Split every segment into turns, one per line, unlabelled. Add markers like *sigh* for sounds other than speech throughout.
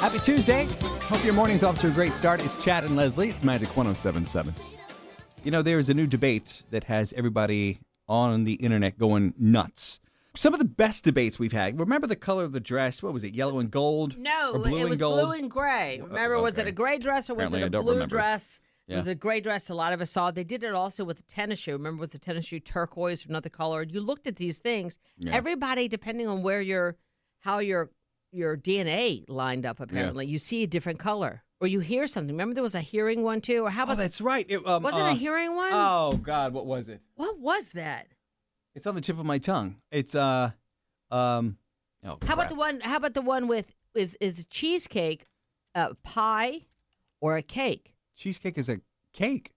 Happy Tuesday. Hope your morning's off to a great start. It's Chad and Leslie. It's Magic 1077. You know, there is a new debate that has everybody on the internet going nuts. Some of the best debates we've had. Remember the color of the dress? What was it? Yellow and gold?
No,
Or blue
it
and
was
gold? Uh,
blue and gray. Remember, was it
okay.
a gray dress or was
Apparently I
it a
don't
blue
remember.
dress? It was
Yeah.
a gray dress. A lot of us saw. They did it also with a tennis shoe. Remember, was the tennis shoe turquoise or another color? You looked at these things.
Yeah.
Everybody, depending on where your, how your your DNA lined up, apparently you see a different color or you hear something. Remember, there was a hearing one too, or
Oh,
how about
that's right. It, um,
wasn't
uh,
a hearing one?
Oh, God. What was it?
What was that?
It's on the tip of my tongue. It's, uh, um, oh,
How about
crap.
the one? How about the one with is is a cheesecake, a pie, or a cake?
Cheesecake is a cake.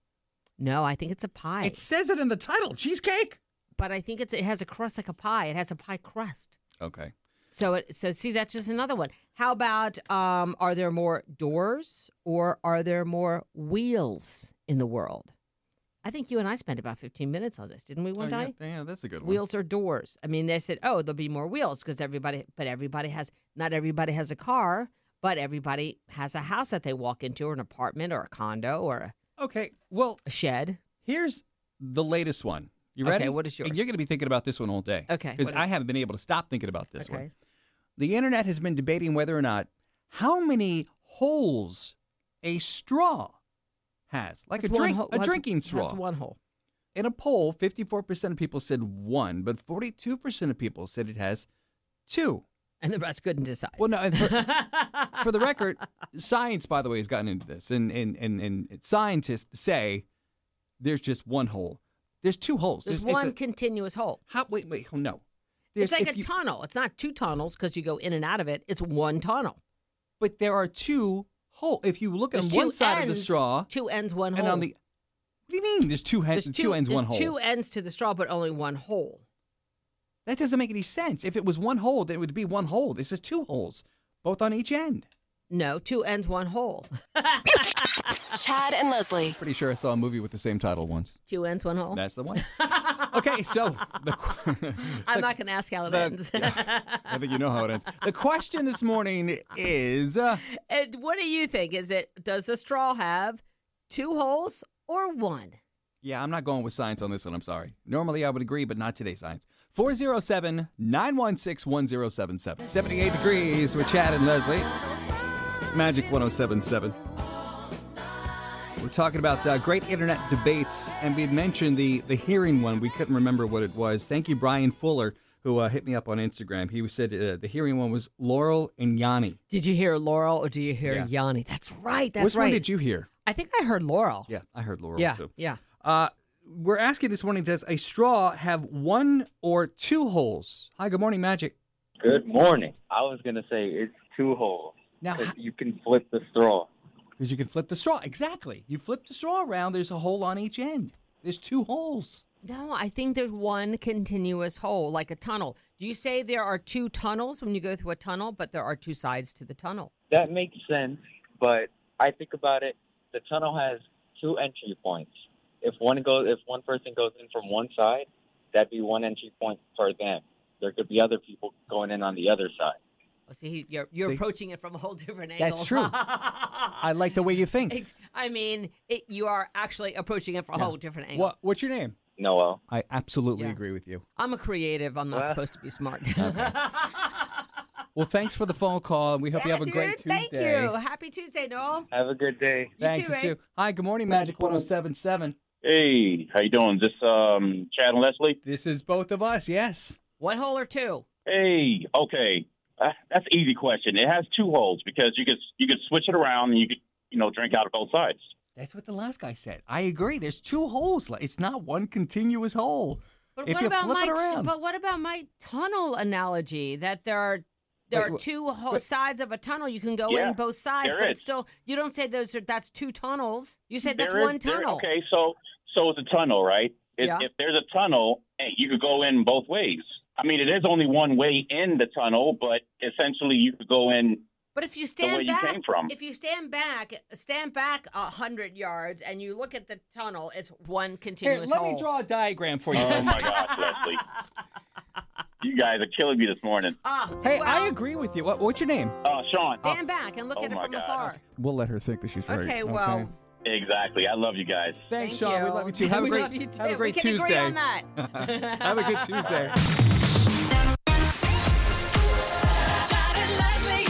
No, I think it's a pie.
It says it in the title cheesecake.
but I think it's it has a crust like a pie. It has a pie crust.
Okay.
So it so see that's just another one. How about um are there more doors or are there more wheels in the world? I think you and I spent about 15 minutes on this, didn't we one
Oh, yeah,
day?
yeah, that's a good one.
Wheels or doors? I mean, they said, "Oh, there'll be more wheels because everybody but everybody has not everybody has a car, but everybody has a house that they walk into or an apartment or a condo or a-
Okay. Well,
a shed."
Here's the latest one. You
Okay,
ready?
what is yours?
And You're going to be thinking about this one all day.
Okay,
Because
what
I haven't been able to stop thinking about this
Okay.
one. The internet has been debating whether or not how many holes a straw has, like
Has
a
one
drink,
hole-
a
has-
drinking
has
straw.
one hole.
In a poll, 54% of people said one, but 42% of people said it has two.
And the rest couldn't decide.
Well, no, and for, for the
*laughs*
record, science, by the way, has gotten into this, and and and, and scientists say there's just one hole. There's two holes.
There's
it's
one
a-
continuous hole.
how, wait, wait, oh, no. There's-
It's like
if
a
you-
tunnel. It's not two tunnels because you go in and out of it. It's one tunnel.
But there are two holes. If you look on
There's
one
two
side of the
ends-
straw
two ends, one
and
hole.
on the, what do you mean? There's two
There's
heads, two, ends,
there's
one hole.
Two e ends to the straw, but only one hole.
that doesn't make any sense. If it was one hole, then it would be one hole. This is two holes, both on each end.
No, two ends, one hole. *laughs*
Chad and Leslie.
Pretty sure I saw a movie with the same title once.
two ends, one hole.
That's the
*laughs*
one. okay, so the. *laughs* qu-
I'm not going to ask how it
the-
ends. *laughs*
I think you know how it ends. The question this morning is uh,
and what do you think? Is it does the straw have two holes or one?
yeah, I'm not going with science on this one. I'm sorry. Normally I would agree, but not today, science. 407 916 1077. 78 degrees with Chad and Leslie. Magic 1077. We're talking about uh, great internet debates, and we had mentioned the, the hearing one. We couldn't remember what it was. Thank you, Brian Fuller, who uh, hit me up on Instagram. He said uh, the hearing one was Laurel and Yanni.
Did you hear Laurel or do you hear
Yeah.
Yanni? That's right. That's
Which
right.
one did you hear?
I think I heard Laurel.
Yeah, I heard Laurel
yeah,
too.
yeah.
Uh, we're asking this morning: Does a straw have one or two holes? Hi, good morning, Magic.
Good morning. I was gonna say it's two holes.
Now,
'cause you can flip the straw.
because you can flip the straw. Exactly, you flip the straw around. There's a hole on each end. There's two holes.
No, I think there's one continuous hole, like a tunnel. Do you say there are two tunnels when you go through a tunnel, but there are two sides to the tunnel?
That makes sense, but I think about it. The tunnel has two entry points. If one goes, if one person goes in from one side, that'd be one entry point for them. There could be other people going in on the other side.
Oh, see, he- you're, you're
See?
approaching it from a whole different angle.
That's
*laughs*
true. I
I,
like the way you think.
mean, it, you are actually approaching it from a whole different angle.
What, what's your name?
Noel,
I absolutely
Yeah.
agree with you.
I'm a creative. I'm not
Well.
supposed to be smart.
Well, thanks for the phone call, and we hope you have a
Yeah,
great
dude,
Tuesday.
Thank you. Happy Tuesday, Noel.
have a good day.
Thanks,
too, Ray.
Hi, good morning, Magic 1077.
Hey, how you doing? Is this um, Chad and Leslie?
This is both of us, yes.
One hole or two?
Hey, okay, uh, that's an easy question. It has two holes because you could you could switch it around and you could you know drink out of both sides.
That's what the last guy said. I agree. There's two holes. Like, It's not one continuous hole.
But
If
what
you
about
flip
my
it around.
but what about my tunnel analogy that there are there
Wait,
are
wha-
two ho- sides of a tunnel you can go
Yeah,
in both sides
there
but
is.
it's still you don't say those are that's two tunnels you said that's
There is-
one
there-
tunnel
okay, so so it's a tunnel, right? If,
Yeah.
if there's a tunnel, hey, you could go in both ways. I mean, it is only one way in the tunnel, but essentially you could go in
but if you
the way
stand
you
back
came from.
if you stand back stand back a hundred yards and you look at the tunnel it's one
Here,
continuous
let
hole *laughs*
me draw a diagram for you.
oh my gosh, Leslie! you guys are killing me this morning.
Ah,
Hey, uh, I
well,
agree with you. What, what's your name?
Oh, Sean.
Stand back and look
Oh
at it
my
from
God.
afar.
We'll let her think that she's right.
Okay, well,
Exactly. I love you guys.
Thanks,
thank
Sean. We
you.
love you too. Have a
*laughs* We
great,
love you
Have
too.
a great
We can
Tuesday.
agree on that. *laughs*
have a good Tuesday.
Chad and Leslie.